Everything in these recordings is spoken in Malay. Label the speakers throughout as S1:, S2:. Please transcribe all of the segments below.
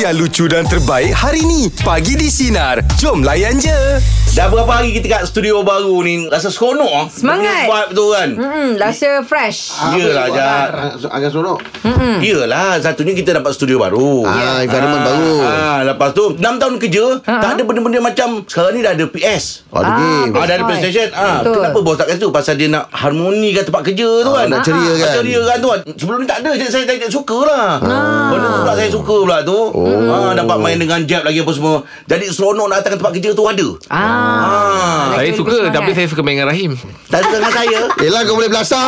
S1: yang lucu dan terbaik hari ni. Pagi di Sinar. Jom layan je.
S2: Dah berapa hari kita kat studio baru ni Rasa seronok ah.
S3: Semangat.
S2: Vibe tu kan
S3: Hmm, rasa fresh.
S2: Ah, Yelah Jad
S4: Agak
S5: Ah,
S4: sorok
S2: hmm. Yelah Satunya kita dapat studio baru
S3: Ya.
S4: Ah, environment baru.
S2: ah, Lepas tu 6 tahun kerja Tak ada benda-benda macam Sekarang ni dah ada PS
S4: Oh, ada
S3: Ah,
S4: game
S2: Ah,
S3: betul.
S2: dah ada
S3: Betul.
S2: PlayStation ah,
S3: Betul.
S2: Kenapa bos tak kasi tu Pasal dia nak harmoni kat tempat kerja tu kan
S4: Ah, nak ceria
S2: Nak
S4: kan?
S2: ceria kan tu kan. Sebelum ni tak ada Jadi saya, saya tak suka lah
S3: Ah.
S2: Benda tu pula saya suka pula tu
S4: Oh.
S2: ah, Dapat main dengan jab lagi apa semua Jadi seronok nak datang ke tempat kerja tu ada
S3: Ah. kan.
S2: ah.
S3: Lagi
S5: Saya
S3: lebih
S5: suka
S3: semangat.
S5: Tapi saya suka main dengan Rahim
S2: Tak suka dengan saya
S4: Yelah kau boleh belasah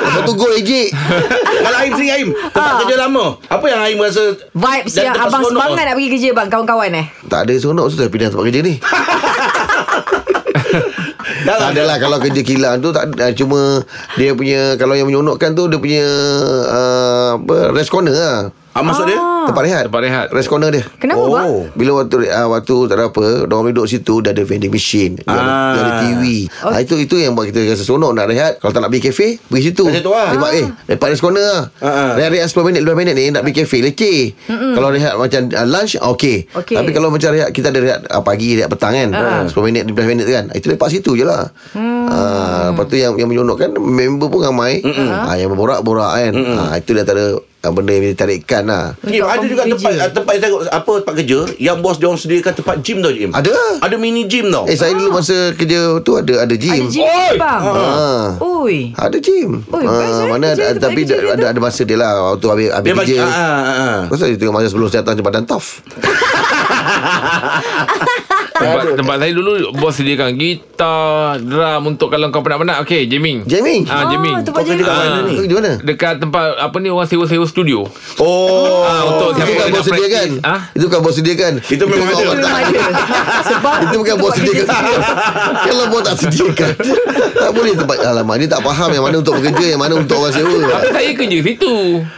S4: Oh, Satu gol ejek
S2: Kalau Aim sendiri Aim Tempat kerja lama Apa yang Aim rasa
S3: Vibes
S2: dan
S3: yang
S2: tempat
S3: abang
S2: seronok?
S3: semangat nak pergi kerja bang Kawan-kawan eh
S4: Tak ada seronok Susah pindah tempat kerja ni
S2: Dah
S4: Tak adalah kalau kerja kilang tu tak ada. Cuma Dia punya Kalau yang menyeronokkan tu Dia punya uh, apa, Rest corner lah
S2: ah, Maksud dia
S4: Tempat rehat
S5: Tempat rehat.
S4: Rest corner dia
S3: Kenapa,
S4: oh.
S3: bang?
S4: Bila waktu uh, Waktu tak ada apa Diorang duduk situ Dia ada vending machine Dia, ada,
S2: Ah.
S4: dia ada TV
S3: Oh.
S4: ah, Itu itu yang buat kita rasa seronok Nak rehat Kalau tak nak pergi kafe Pergi situ
S2: Kat situ lah.
S4: Lepas, eh, lepas rest corner lah
S2: Ah, ah.
S4: Rehat-rehat 10 minit 15 minit ni Nak pergi kafe Leceh Kalau rehat macam uh, lunch okay.
S3: Okey. Ah,
S4: Tapi kalau macam rehat Kita ada rehat uh, pagi Rehat petang kan uh. 10 minit 15 minit tu kan Itu lepak situ je lah
S3: Hmm.
S4: Ah, Lepas tu yang, yang menyeronokkan Member pun ramai ah, Yang berborak-borak kan ah, Itu dia antara ah, Benda yang ditarikkan lah
S2: Im, ada juga
S3: Tempat
S2: tempat ah, tempat yang tengok apa tempat kerja yang bos dia orang sediakan tempat gym tau Im.
S4: Ada.
S2: Ada mini gym tau.
S4: Eh saya dulu masa kerja tu ada
S3: Ah.
S4: ada
S3: Ada
S4: gym.
S3: gym
S2: Oi!
S3: bang
S4: Ha.
S3: Ui
S4: Ada gym. Ah,
S3: Oi, best, eh,
S4: mana
S3: kerja
S4: ada,
S3: tempat
S4: tapi
S3: kerja dia
S4: ada,
S3: tu.
S4: ada ada masa dia lah waktu habis habis
S2: dia bagi
S4: kerja.
S2: ah, ah, ah.
S4: Pasal dia tengok masa sebelum saya datang jabatan TAF.
S5: Tempat, tempat saya dulu Bos sediakan gitar Drum Untuk kalau kau penat-penat Okay jamming
S4: Jamming.
S5: Ah, jamming
S3: tempat
S2: Kau kerja kat
S3: jamming.
S2: mana ni?
S4: Tu Eh, Di mana?
S5: Dekat tempat Apa ni orang sewa-sewa studio
S4: Oh,
S5: Ah, untuk siapa
S4: itu bukan
S5: yang
S4: bos
S5: nak
S4: dia kan?
S5: practice. Ah?
S4: Itu bukan bos dia kan?
S2: Itu memang ada.
S4: orang
S3: Memang
S4: tak-
S3: ada Sebab
S4: Itu bukan bos
S3: tempat
S4: sediakan
S3: kerja
S4: Kalau bos tak sediakan Tak boleh tempat Alamak Dia tak faham yang mana untuk bekerja Yang mana untuk orang sewa
S5: Tapi saya kerja situ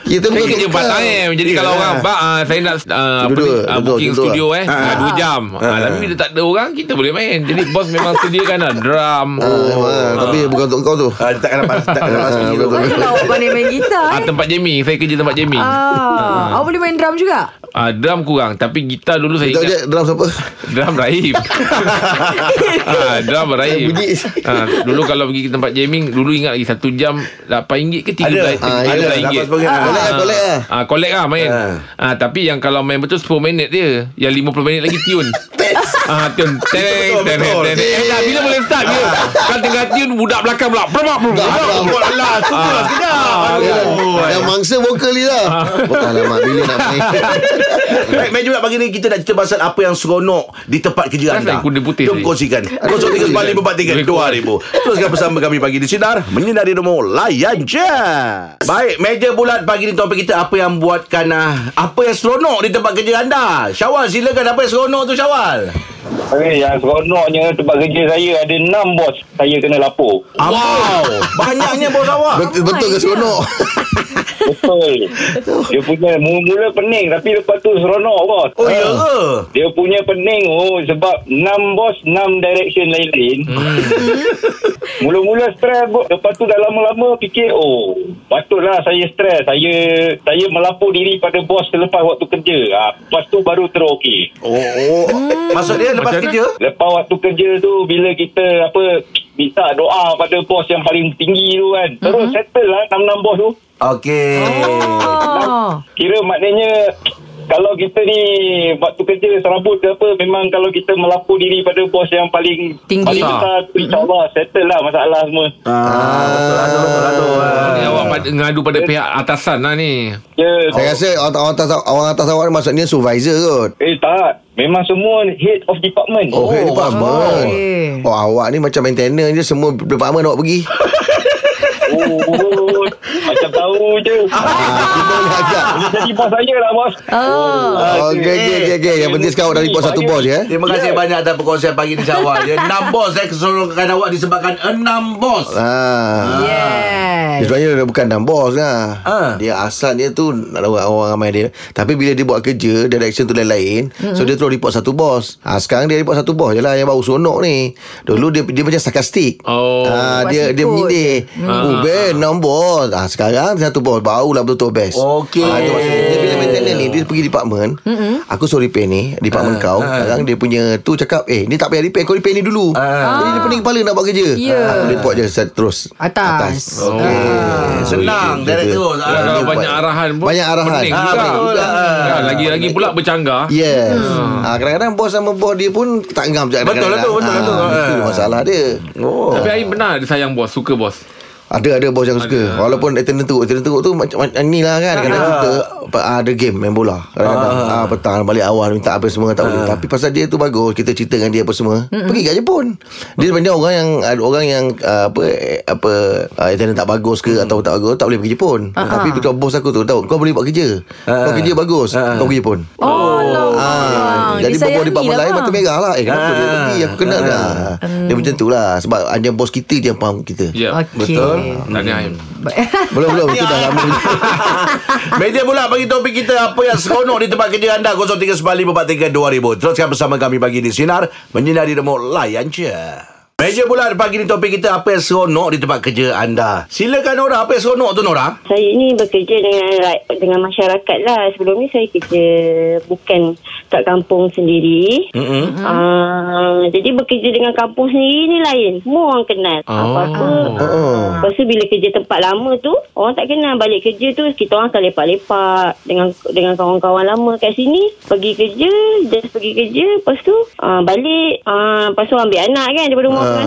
S4: Kita
S5: Saya
S4: bukan
S5: kerja
S4: tukar.
S5: part time Jadi
S2: Yelah.
S5: kalau orang bak, ah, Saya nak ah, apa
S4: Duduk,
S5: ni, ah,
S4: duduk,
S5: Booking
S4: duduk
S5: studio eh
S2: Ah.
S5: ah, Dua jam Ah, Tapi bila tak ada orang Kita boleh main Jadi bos memang sediakan lah Drum
S4: Ah, ah, Tapi bukan untuk kau tu
S2: Ah, dia takkan dapat takkan dapat
S4: Ah,
S2: sendiri tu.
S4: betul.
S3: Mana lah awak pandai main gitar
S5: ah,
S3: eh
S5: Tempat jamming Saya kerja tempat jamming
S3: Ah, Awak boleh main drum juga
S5: ah, Drum kurang Tapi gitar dulu saya
S4: Kita
S5: ingat
S4: je drum siapa?
S5: Drum Rahim ha, Drum Rahim
S4: Bunyi.
S5: ha, Dulu kalau pergi ke tempat jamming Dulu ingat lagi Satu jam RM8 ke
S2: Ada.
S5: RM13
S4: Ah,
S2: Ada.
S4: yelah.
S2: Dapat
S5: RM13
S2: sebagai.
S4: Collect lah Collect lah
S5: Ah, collect lah main
S2: Ah.
S5: ah. Tapi yang kalau main betul 10 minit dia Yang 50 minit lagi tiun ah, Tiun Teng
S2: Betul,
S5: teng
S2: betul. Ah.
S5: teng Eh dah bila boleh start Bila Kan tengah tiun Budak belakang pula Permak permak
S2: Buat lah Tunggu lah sekejap Aduh.
S4: Ah. Yang mangsa vokal ni lah Oh, Alamak bila nak main
S2: Baik, Main juga pagi ni kita nak cerita pasal apa yang seronok di tempat kerja
S5: Rasa
S2: anda.
S5: kuda putih
S2: Jom
S5: tadi.
S2: kongsikan. 0345432000. Teruskan bersama kami pagi di Sinar. Menyinari rumah layan je. Baik, meja bulat pagi ni topik kita apa yang buatkan ah, apa yang seronok di tempat kerja anda. Syawal silakan apa yang seronok tu Syawal.
S6: Okay, Eh, yang seronoknya tempat kerja saya ada 6 bos saya kena lapor.
S2: Wow, banyaknya bos awak.
S4: Betul, betul ke
S3: my
S4: seronok
S6: Betul. Dia punya mula-mula pening tapi lepas tu seronok bos.
S2: Oh ya ke?
S6: Dia punya pening oh sebab 6 bos 6 direction lain-lain.
S2: Hmm.
S6: Mula-mula stres bos. Lepas tu dah lama-lama fikir oh patutlah saya stres. Saya saya melapor diri pada bos selepas waktu kerja. Ha, lepas tu baru terokey.
S2: Oh, oh. Maksud dia lepas
S5: Macam mana?
S2: kerja?
S6: Lepas waktu kerja tu bila kita apa minta doa pada bos yang paling tinggi tu kan. Terus
S3: Mhm.
S6: mm-hmm. settle lah enam-enam bos tu.
S2: Okey.
S3: Oh
S6: Kira maknanya kalau kita ni waktu kerja serabut ke apa memang kalau kita melapor diri pada bos yang paling
S3: Tinggi. Mhm.
S6: paling besar tu insyaAllah settle lah masalah semua.
S4: lah.
S2: Ah, betul, betul, betul,
S5: Ni
S2: betul.
S5: awak pad- ngadu
S2: Eh.
S5: pada pihak atasan lah ni
S6: Ya.
S4: Saya rasa orang, orang, atas, orang atas awak ni maksudnya supervisor kot
S6: Eh tak. Memang semua head of department.
S4: Oh, head department
S3: okey.
S4: Oh awak ni macam maintainer je Semua department awak pergi
S6: oh macam tahu je.
S4: ah, Kita boleh ajak
S6: Jadi bos saya lah bos.
S3: Oh
S4: Okey okey okey okay. Yang penting sekarang awak dah report satu bos je eh?
S2: Terima kasih banyak atas perkongsian pagi ni Syawal. Ya, enam bos saya keseluruhan awak disebabkan enam bos.
S4: Ah. Dia
S3: Yes
S4: sebenarnya dia bukan dan bos lah
S2: Ah.
S4: Dia asalnya tu Nak orang, orang ramai dia Tapi bila dia buat kerja Direction tu lain-lain mm-hmm. So dia terus report satu bos ha, Sekarang dia report satu bos je lah Yang baru sonok ni Dulu dia dia macam sarkastik
S5: Oh.
S4: ha, Dia dia
S3: Sikut.
S4: menyindir mm. Oh Ben enam bos ha, Sekarang satu bos Barulah betul-betul best
S2: Okey.
S4: ha, tu maksudnya. Dia bila maintenance ni Dia kita pergi department Aku suruh repair ni Department kau Kadang dia punya tu cakap Eh ni tak payah repair Kau repair ni dulu Jadi dia pening kepala nak buat kerja Ah,
S3: Ya. Ah.
S4: Aku report je set- terus
S3: Atas.
S4: Okay
S2: Ah, Senang, direct terus. Ah,
S4: dia
S5: Kalau
S4: buat.
S5: banyak arahan pun
S4: Banyak arahan
S5: pening
S2: Ah,
S5: juga.
S2: betul lah.
S5: Kan, Lagi-lagi pula bercanggah
S4: Yes hmm. ha, Kadang-kadang bos sama bos dia pun Tak ngam
S2: Ah.
S4: juga
S2: Betul lah tu, betul lah tu.
S4: ha, Itu
S2: Ah.
S4: masalah dia oh.
S5: Tapi Aim benar ada sayang bos Suka bos
S4: Ada ada bos yang suka Walaupun attendant teruk Attendant teruk tu macam macam ni lah
S2: Ah.
S4: kan Kadang-kadang kita pa- ah, Ada game main bola Kadang-kadang ah. petang balik awal Minta apa
S2: Ah.
S4: semua tak boleh Tapi pasal dia tu bagus Kita cerita dengan dia apa semua Pergi kat Jepun Dia sebenarnya orang yang ada Orang yang ah, apa eh, apa ah, Attendant tak bagus ke Atau tak bagus Tak boleh pergi Jepun
S2: Ah.
S4: Tapi betul bos aku tu tahu Kau boleh buat kerja Kau kerja bagus
S2: Ah.
S4: Kau pergi Jepun
S3: Oh, Allah.
S4: Ah, jadi berbual di
S3: disayangi
S4: bapa
S3: lah,
S4: lain mata
S3: bang.
S4: merah lah Eh
S5: Ah.
S4: kenapa dia pergi Aku kenal dah Dia macam tu lah Sebab hanya bos kita je yang faham kita
S5: Ya
S3: Okey.
S2: Betul.
S5: Tanya Aim
S4: belum belum itu dah lama.
S2: Media pula bagi topik kita apa yang seronok di tempat kerja anda 0395432000. Teruskan bersama kami bagi di sinar menyinari demo layan je. Meja bulat pagi ni topik kita apa yang seronok di tempat kerja anda. Silakan Nora apa yang seronok tu Nora?
S7: Saya ni bekerja dengan ra- dengan masyarakat lah. Sebelum ni saya kerja bukan kat kampung sendiri. Mm-hmm. Uh, jadi bekerja dengan kampung sendiri ni lain. Semua orang kenal.
S5: Oh.
S7: Apa-apa.
S4: Oh.
S7: Lepas tu bila kerja tempat lama tu, orang tak kenal. Balik kerja tu, kita orang akan lepak-lepak dengan dengan kawan-kawan lama kat sini. Pergi kerja, just pergi kerja. Lepas tu uh, balik. Uh, lepas tu ambil anak kan daripada rumah
S4: Ah,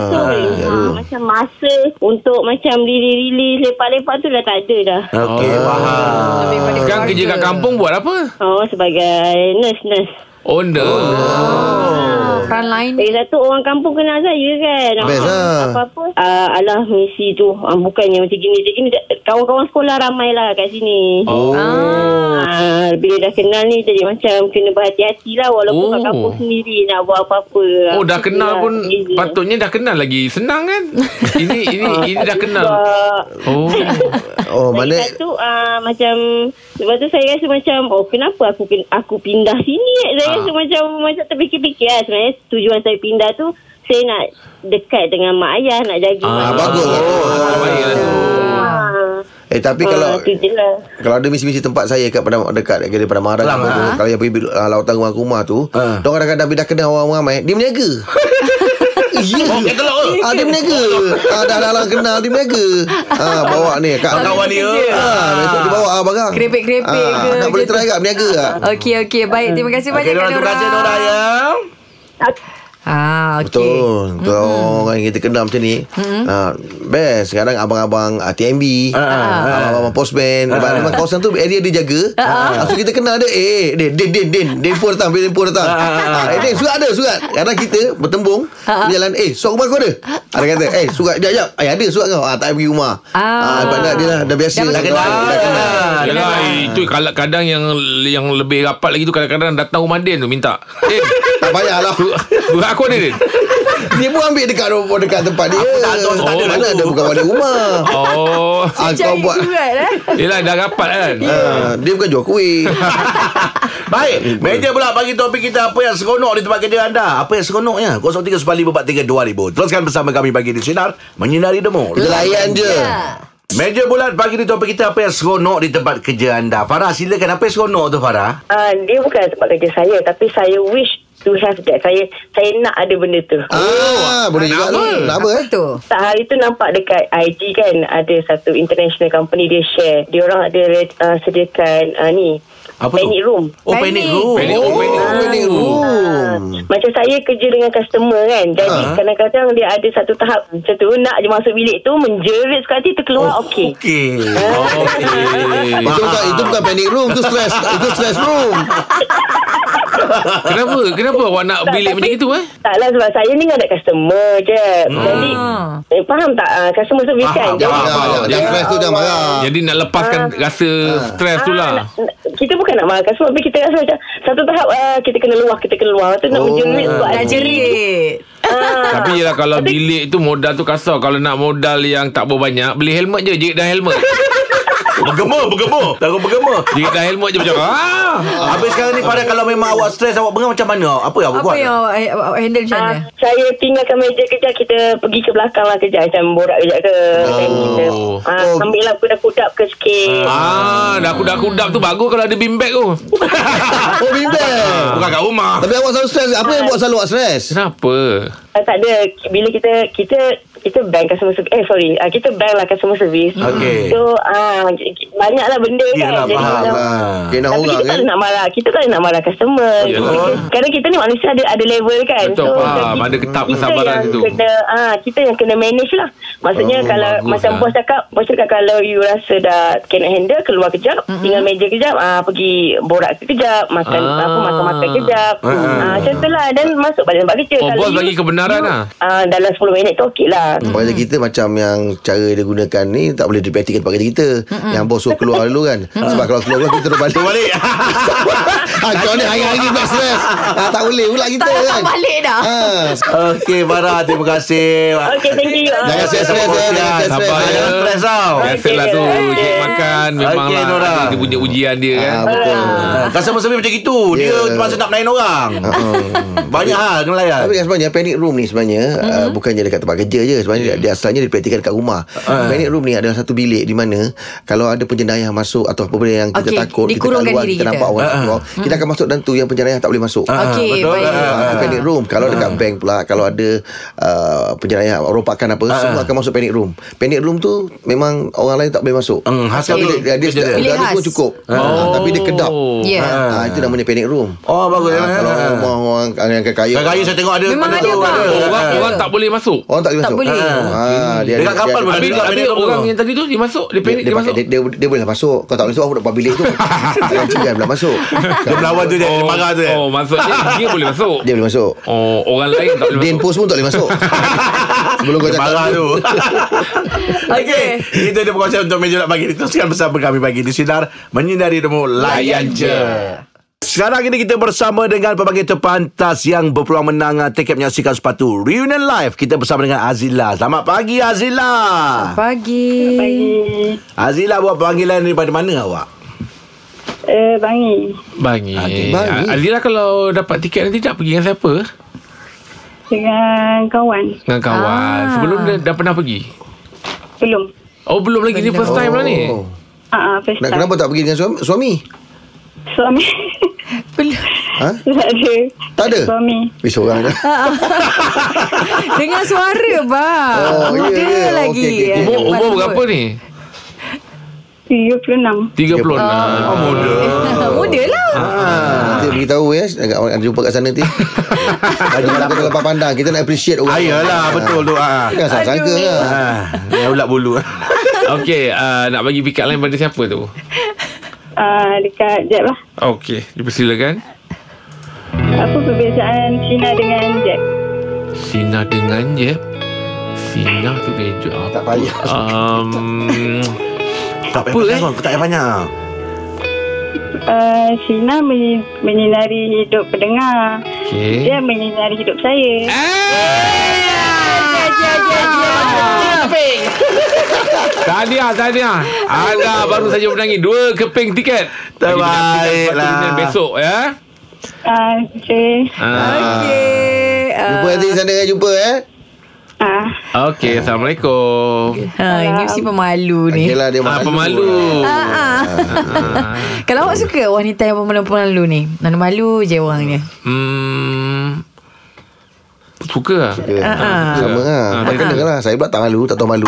S4: ya.
S7: pengasuh. Ah, macam masa untuk macam diri-rilis lepak-lepak tu dah tak ada dah.
S2: Okey,
S5: Oh.
S2: faham.
S3: Lebih pada
S5: Sekarang
S3: keluarga.
S5: kerja kat kampung buat apa?
S7: Oh sebagai nurse-nurse.
S5: Onda
S3: Ah, Frontline
S7: Lagi satu orang kampung kenal saya kan.
S4: Best
S7: Ah,
S4: lah.
S7: Apa-apa. Uh, alah misi tu. Uh, bukannya macam gini. Macam gini. Kawan-kawan sekolah ramai lah kat sini. Oh.
S3: Ah.
S7: Uh, bila dah kenal ni jadi macam kena berhati-hati lah walaupun
S5: Oh.
S7: oh. kat kampung sendiri nak buat apa-apa. lah,
S5: Oh dah kenal
S7: Yelah,
S5: pun
S7: beza.
S5: Patutnya dah kenal lagi Senang kan Ini ini
S7: Ah,
S5: ini
S7: tak
S5: dah kenal
S7: juga.
S5: Oh
S4: Oh,
S7: Lagi
S4: mana
S7: satu uh, macam lepas tu saya rasa macam oh kenapa aku ken- aku pindah sini eh? saya
S5: Ah.
S7: rasa macam macam terfikir-fikir lah sebenarnya tujuan saya pindah tu saya nak dekat dengan mak ayah nak jaga mak
S4: ah,
S7: ayah.
S4: bagus.
S5: Oh, baiklah tu.
S7: Ah.
S4: Eh tapi
S7: Ah,
S4: kalau
S7: tu je lah.
S4: kalau ada misi-misi tempat saya kat pada dekat dekat pada Marang
S5: lah.
S2: Kelang,
S4: tu, kalau yang pergi uh, lautan rumah rumah tu,
S2: Ah.
S4: uh. dong kadang-kadang bila kena orang ramai, dia berniaga. Ya.
S2: Oh, kita lah.
S4: Ah, dia berniaga. ah, dah dah lah kenal dia berniaga. Ah, bawa ni kat
S2: Kawan dia.
S4: Ah, besok dia bawa ah, barang.
S3: Keripik-keripik
S4: Ah,
S3: ke
S4: Tak boleh
S3: gitu.
S4: try kat berniaga ah.
S3: Okey okey baik terima kasih banyak
S2: Okey, Nora,
S3: Kak
S2: terima kasih Nora ya.
S3: Ah okey.
S4: Betul Kalau orang yang kita kenal macam ni ah, Best Sekarang abang-abang ah, TMB Abang-abang postman Abang Memang kawasan tu area dia jaga uh So kita kenal dia Eh Din Din Din Din Din pun datang Din pun datang Ah, Eh Din surat ada surat Kadang kita bertembung Berjalan Eh surat rumah kau ada Ada kata Eh surat jap jap Eh ada surat kau ah, Tak payah pergi rumah
S3: Ah.
S4: ah. Sebab dah, dia dah, dah biasa
S3: Dah
S2: kenal.
S4: Dah kenal
S5: Ah, Yalah, itu kalau kadang yang yang lebih rapat lagi tu kadang-kadang datang rumah Din tu minta. Din,
S4: Tak payahlah
S5: surat aku ada Din.
S4: Dia pun ambil dekat dekat tempat dia
S2: tak tahu, tak ada
S4: Mana
S2: tu.
S4: ada bukan balik rumah
S5: Oh.
S4: Ah, kau
S3: Cari
S4: buat
S3: surat eh.
S5: Yelah dah rapat kan.
S4: Ah, dia bukan jual kuih.
S2: Baik, meja pula bagi topik kita apa yang seronok di tempat kerja anda. Apa yang seronoknya? 0395432000. Teruskan bersama kami bagi di sinar menyinari demo.
S4: Kita layan je.
S2: Ya. Meja bulat pagi ni topik kita apa yang seronok di tempat kerja anda. Farah silakan apa yang seronok tu Farah?
S7: Ah, dia bukan tempat kerja saya tapi saya wish to have that. Saya saya nak ada benda tu.
S2: Oh,
S4: Ah, boleh juga tu. Nak apa eh?
S3: Tu.
S7: Tak hari tu nampak dekat IG kan ada satu international company dia share. Dia orang ada uh, sediakan uh, ni
S2: Apa tu?
S7: panic room.
S2: Oh,
S3: Panic.
S2: panic room.
S5: Panic room,
S2: Oh,
S5: panic room.
S4: Opening
S7: Ah,
S4: room.
S7: macam saya kerja dengan customer kan Jadi kadang-kadang dia ada satu tahap Macam tu nak je masuk bilik tu Menjerit sekali terkeluar oh, okey
S2: Okey.
S5: Okey.
S2: Ah.
S4: Itu bukan itu bukan panic room, itu stress, itu stress room.
S5: Kenapa? Kenapa awak nak bilik macam itu eh?
S7: Taklah sebab saya ni ada customer je Jadi
S3: Ah.
S7: eh, faham tak ah, customer service kan
S2: Faham,
S4: Jangan
S7: Jadi-
S4: jangan, jangan. Yang stress tu jangan marah.
S5: Jadi nak lepaskan
S4: Ah.
S5: rasa stres tu lah.
S7: Ah, nak- nak- kita bukan nak marah customer Tapi kita rasa macam Satu tahap ah, kita kena luar Kita kena luar Lepas tu nak
S4: Oh,
S7: menjerit sebab
S3: Dah
S7: hati.
S3: jerit.
S7: Ah.
S5: Tapi yelah kalau bilik tu modal tu kasar Kalau nak modal yang tak berbanyak Beli helmet je Jerit dah helmet
S2: Bergema, bergema. Takut bergema.
S5: Dia dah helmet je macam ah.
S2: Habis sekarang ni Farah Kalau memang awak stres Awak bengang macam mana Apa yang awak
S3: Apa
S2: buat
S3: yang awak eh, awak handle macam mana?
S7: Ah, saya tinggalkan meja kerja Kita pergi ke belakang lah kejap Macam borak kejap ke oh. Then kita ah,
S4: Oh.
S7: Ambil lah kudap-kudap ke sikit
S5: Ah, dah kudap-kudap tu bagus kalau ada bean bag tu.
S4: Oh bimbel
S2: Ah, Bukan kat rumah
S4: Tapi awak selalu stres Apa yang buat selalu awak stres
S5: Kenapa?
S7: Ah, tak ada bila kita kita kita bank customer service eh sorry ah, kita bank lah customer service
S2: Okey.
S7: so ah, banyaklah benda
S2: Yelah,
S7: kan Jadi
S2: faham
S7: macam-
S4: lah Kena
S7: tapi
S4: orang
S5: eh?
S7: kita
S4: kan
S7: tak nak marah Kita tak nak marah customer
S5: Yelah.
S7: Kita- Kadang kita ni manusia ada ada level kan
S5: Oh, Betul, faham.
S7: jadi
S5: Ada ketap
S7: kita
S5: kesabaran
S7: yang
S5: situ.
S7: kena, ah, Kita yang kena manage lah Maksudnya
S5: Oh,
S7: kalau
S5: bagus
S7: Macam
S5: lah.
S7: bos cakap Bos cakap kalau you rasa dah Cannot handle Keluar kejap Tinggal meja kejap ah, Pergi borak kejap Makan
S5: Ah.
S7: apa Makan-makan kejap ah. Macam tu lah Dan masuk balik tempat kerja
S5: Oh,
S7: Kalau
S5: bos
S7: you-
S5: bagi kebenaran Hmm.
S7: you,
S5: lah.
S7: ah, Dalam 10 minit tu okey lah
S4: Tempat kerja kita macam yang cara dia gunakan ni tak boleh dipraktikkan tempat kerja kita. Yang bos suruh keluar dulu kan. Sebab kalau keluar kita terus balik.
S2: Balik
S4: ha, kau ni hari-hari buat stres. Ha, tak boleh pula kita
S3: Tak
S4: kan.
S3: datang Ah, balik dah.
S4: Ha.
S2: Okey Farah Terima kasih
S7: Okay thank you
S4: Jangan
S2: Saya
S4: stres
S2: sama
S4: eh,
S2: kongsian.
S4: jangan stres.
S5: Sabar
S4: eh.
S5: ya.
S2: Jangan stres tau
S5: Biasalah tu Cik makan Memang
S2: Okey,
S5: okay,
S2: Nora.
S5: lah Dia punya ujian dia kan
S4: Ha, betul.
S2: Ah, Customer service macam itu Dia
S4: Yeah.
S2: masa nak melayan orang Banyak hal kena layan
S4: Ah, Tapi kan sebenarnya panic room ni sebenarnya mm-hmm. uh, bukan je dekat tempat kerja je sebenarnya dia asalnya dipraktikkan dekat rumah. Panic room ni adalah satu bilik di mana kalau ada penjenayah masuk atau apa benda yang kita
S3: Okey,
S4: takut kita
S3: dikurungkan
S4: keluar
S3: diri
S4: kita
S3: kita.
S4: nampak orang keluar, kita akan masuk dalam tu yang penjenayah tak boleh masuk.
S3: Okey,
S2: betul.
S3: baik.
S4: Ah, tu panic room Kalau dekat
S2: ah.
S4: bank pula Kalau ada uh, Penjenayah Rompakan
S2: Ah,
S4: apa Semua akan masuk panic room Panic room tu Memang orang lain tak boleh masuk
S2: Hmm, khas
S4: Tapi
S2: tu.
S4: dia, dia, dia,
S2: Kerja
S4: dia,
S2: dia.
S4: dia,
S3: Bilik
S4: dia
S3: khas.
S4: pun cukup
S5: Oh.
S4: Ah, Tapi dia kedap
S3: Ya.
S4: Ah, Itu namanya panic room
S2: Oh bagus
S4: Ah,
S2: eh.
S4: Kalau
S2: Ah.
S4: orang-orang Yang kaya
S2: Kat kaya saya tengok ada
S3: Memang
S2: pada
S3: ada,
S2: tu,
S5: Oh,
S3: bang.
S5: Orang
S2: Ah.
S5: orang tak boleh masuk
S4: Orang tak boleh
S3: Tak
S4: masuk
S3: boleh.
S4: Ah, dia,
S2: Hmm. Dekat kapal pun
S5: Habis,
S2: Ada lah,
S5: habis
S2: ada
S5: orang
S2: tu.
S5: yang tadi tu Dia masuk Dia
S4: dia,
S5: panik
S4: dia,
S5: Dia
S4: pakai,
S5: masuk
S4: dia, dia, dia boleh masuk Kau tak boleh masuk Aku nak buat bilik tu Jangan cakap pula masuk
S2: Dia melawan tu je Dia marah tu eh.
S5: Oh maksudnya Dia boleh masuk
S4: Dia boleh masuk
S5: Oh orang lain tak boleh
S4: Din
S5: masuk
S4: post pun tak boleh masuk Sebelum kau
S2: Dia
S4: cakap
S2: marah tu
S3: Okey.
S2: Okey Itu dia perkongsian Untuk meja nak pagi Teruskan bersama kami Pagi di Sinar Menyinari demo Layan je sekarang ini kita bersama dengan pembangkit terpantas yang berpeluang menang ah, tiket menyaksikan sepatu Reunion Live. Kita bersama dengan Azila. Selamat pagi Azila.
S3: Pagi.
S2: Azila buat panggilan daripada mana awak?
S7: Eh Bangi
S5: Bangi
S4: Ah, Bangi.
S5: Azira Ah, kalau dapat tiket nanti Tak pergi dengan siapa
S7: Dengan kawan
S5: Dengan kawan
S3: Ah.
S5: Sebelum dah, dah pernah pergi
S7: Belum
S5: Oh belum lagi Ni first time lah ni
S4: Oh.
S7: Ah, uh, first
S4: Nak kenapa tak pergi dengan suami? suami?
S7: Suami
S3: Belum.
S4: Ha?
S7: Tak ada
S4: Tak ada?
S7: Suami
S4: Eh, seorang je.
S3: Ha. Dengar suara bang.
S4: Oh, ya,
S3: Muda
S4: ya.
S3: lagi.
S4: Okey, okey, okey.
S5: Eh, Umur, umur
S3: Perempuan
S5: berapa
S3: kot.
S5: ni
S7: 36
S5: 36 oh,
S2: Oh, muda.
S3: Muda lah.
S5: Ah.
S4: Nanti beritahu ya agak orang jumpa kat sana nanti. Ada orang kata lepas pandang kita nak appreciate orang.
S2: Ah, yalah, betul tu. Ah.
S4: Jangan salah sangka lah.
S2: Ah, ya ulat bulu.
S5: Okey uh, Nak bagi pick up line pada siapa tu
S7: uh, Dekat Jack lah
S5: Okey Dipersilakan
S7: Apa perbezaan Cina dengan Jack?
S5: Sina dengan je Sina tu keju
S4: Tak payah.
S5: um,
S2: tak payah
S5: Apa,
S2: panjang,
S5: eh?
S2: Kau tak payah panjang.
S7: Uh, Cina menyi- menyinari hidup pendengar
S5: Okay
S7: Dia menyinari hidup saya
S5: Tahniah, tahniah Anda baru saja menangi Dua keping tiket
S2: Terbaiklah.
S5: Kemudian besok ya
S7: uh, Saya
S3: Okey.
S5: Ah.
S4: Jumpa nanti di sana eh, jumpa eh.
S7: uh,
S5: Okey, Assalamualaikum
S3: Ha, ini mesti pemalu ni.
S4: Okeylah dia
S5: Ah, pemalu
S3: Ah, ah. Kalau awak suka wanita yang pemalu-pemalu ni Mana malu je orangnya
S5: Hmm Suka lah
S4: Ah, Sama lah
S5: Ah,
S4: Tak
S5: dia-
S4: kena lah Saya pula tak malu Tak tahu malu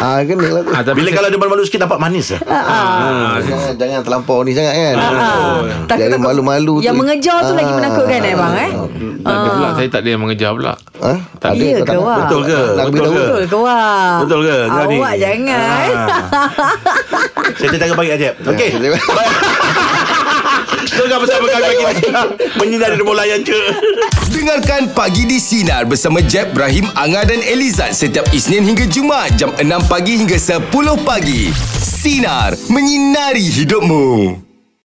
S4: Ah, Kena lah tu
S5: ah, tapi
S2: Bila kalau dia malu-malu sikit nampak manis lah.
S5: ah,
S4: Jangan, jangan terlampau ni sangat kan
S3: Ah, takut-
S4: Jangan
S3: takut-
S4: malu-malu
S3: Yang
S4: tu.
S3: mengejar tu lagi
S4: Ah,
S3: menakutkan, eh, bang, eh?
S5: Tak ada pula Saya tak ada yang mengejar pula
S4: Ha? Tak ada
S3: Ya
S4: kau tak
S3: ke,
S4: nak-
S3: Wak?
S2: Betul ke?
S4: Nak
S2: Betul
S4: beritahu
S2: ke?
S3: Betul ke awak?
S2: Betul ke? Kau ni?
S3: Awak
S4: Ah.
S3: jangan eh.
S2: Ah. Saya tanya bagi Ajab. Okey. Tengah bersama kami bagi Menyinari demo layan je.
S1: Dengarkan Pagi di Sinar bersama Jeb, Ibrahim, Anga dan Elizad setiap Isnin hingga Jumaat jam 6 pagi hingga 10 pagi. Sinar. Menyinari hidupmu.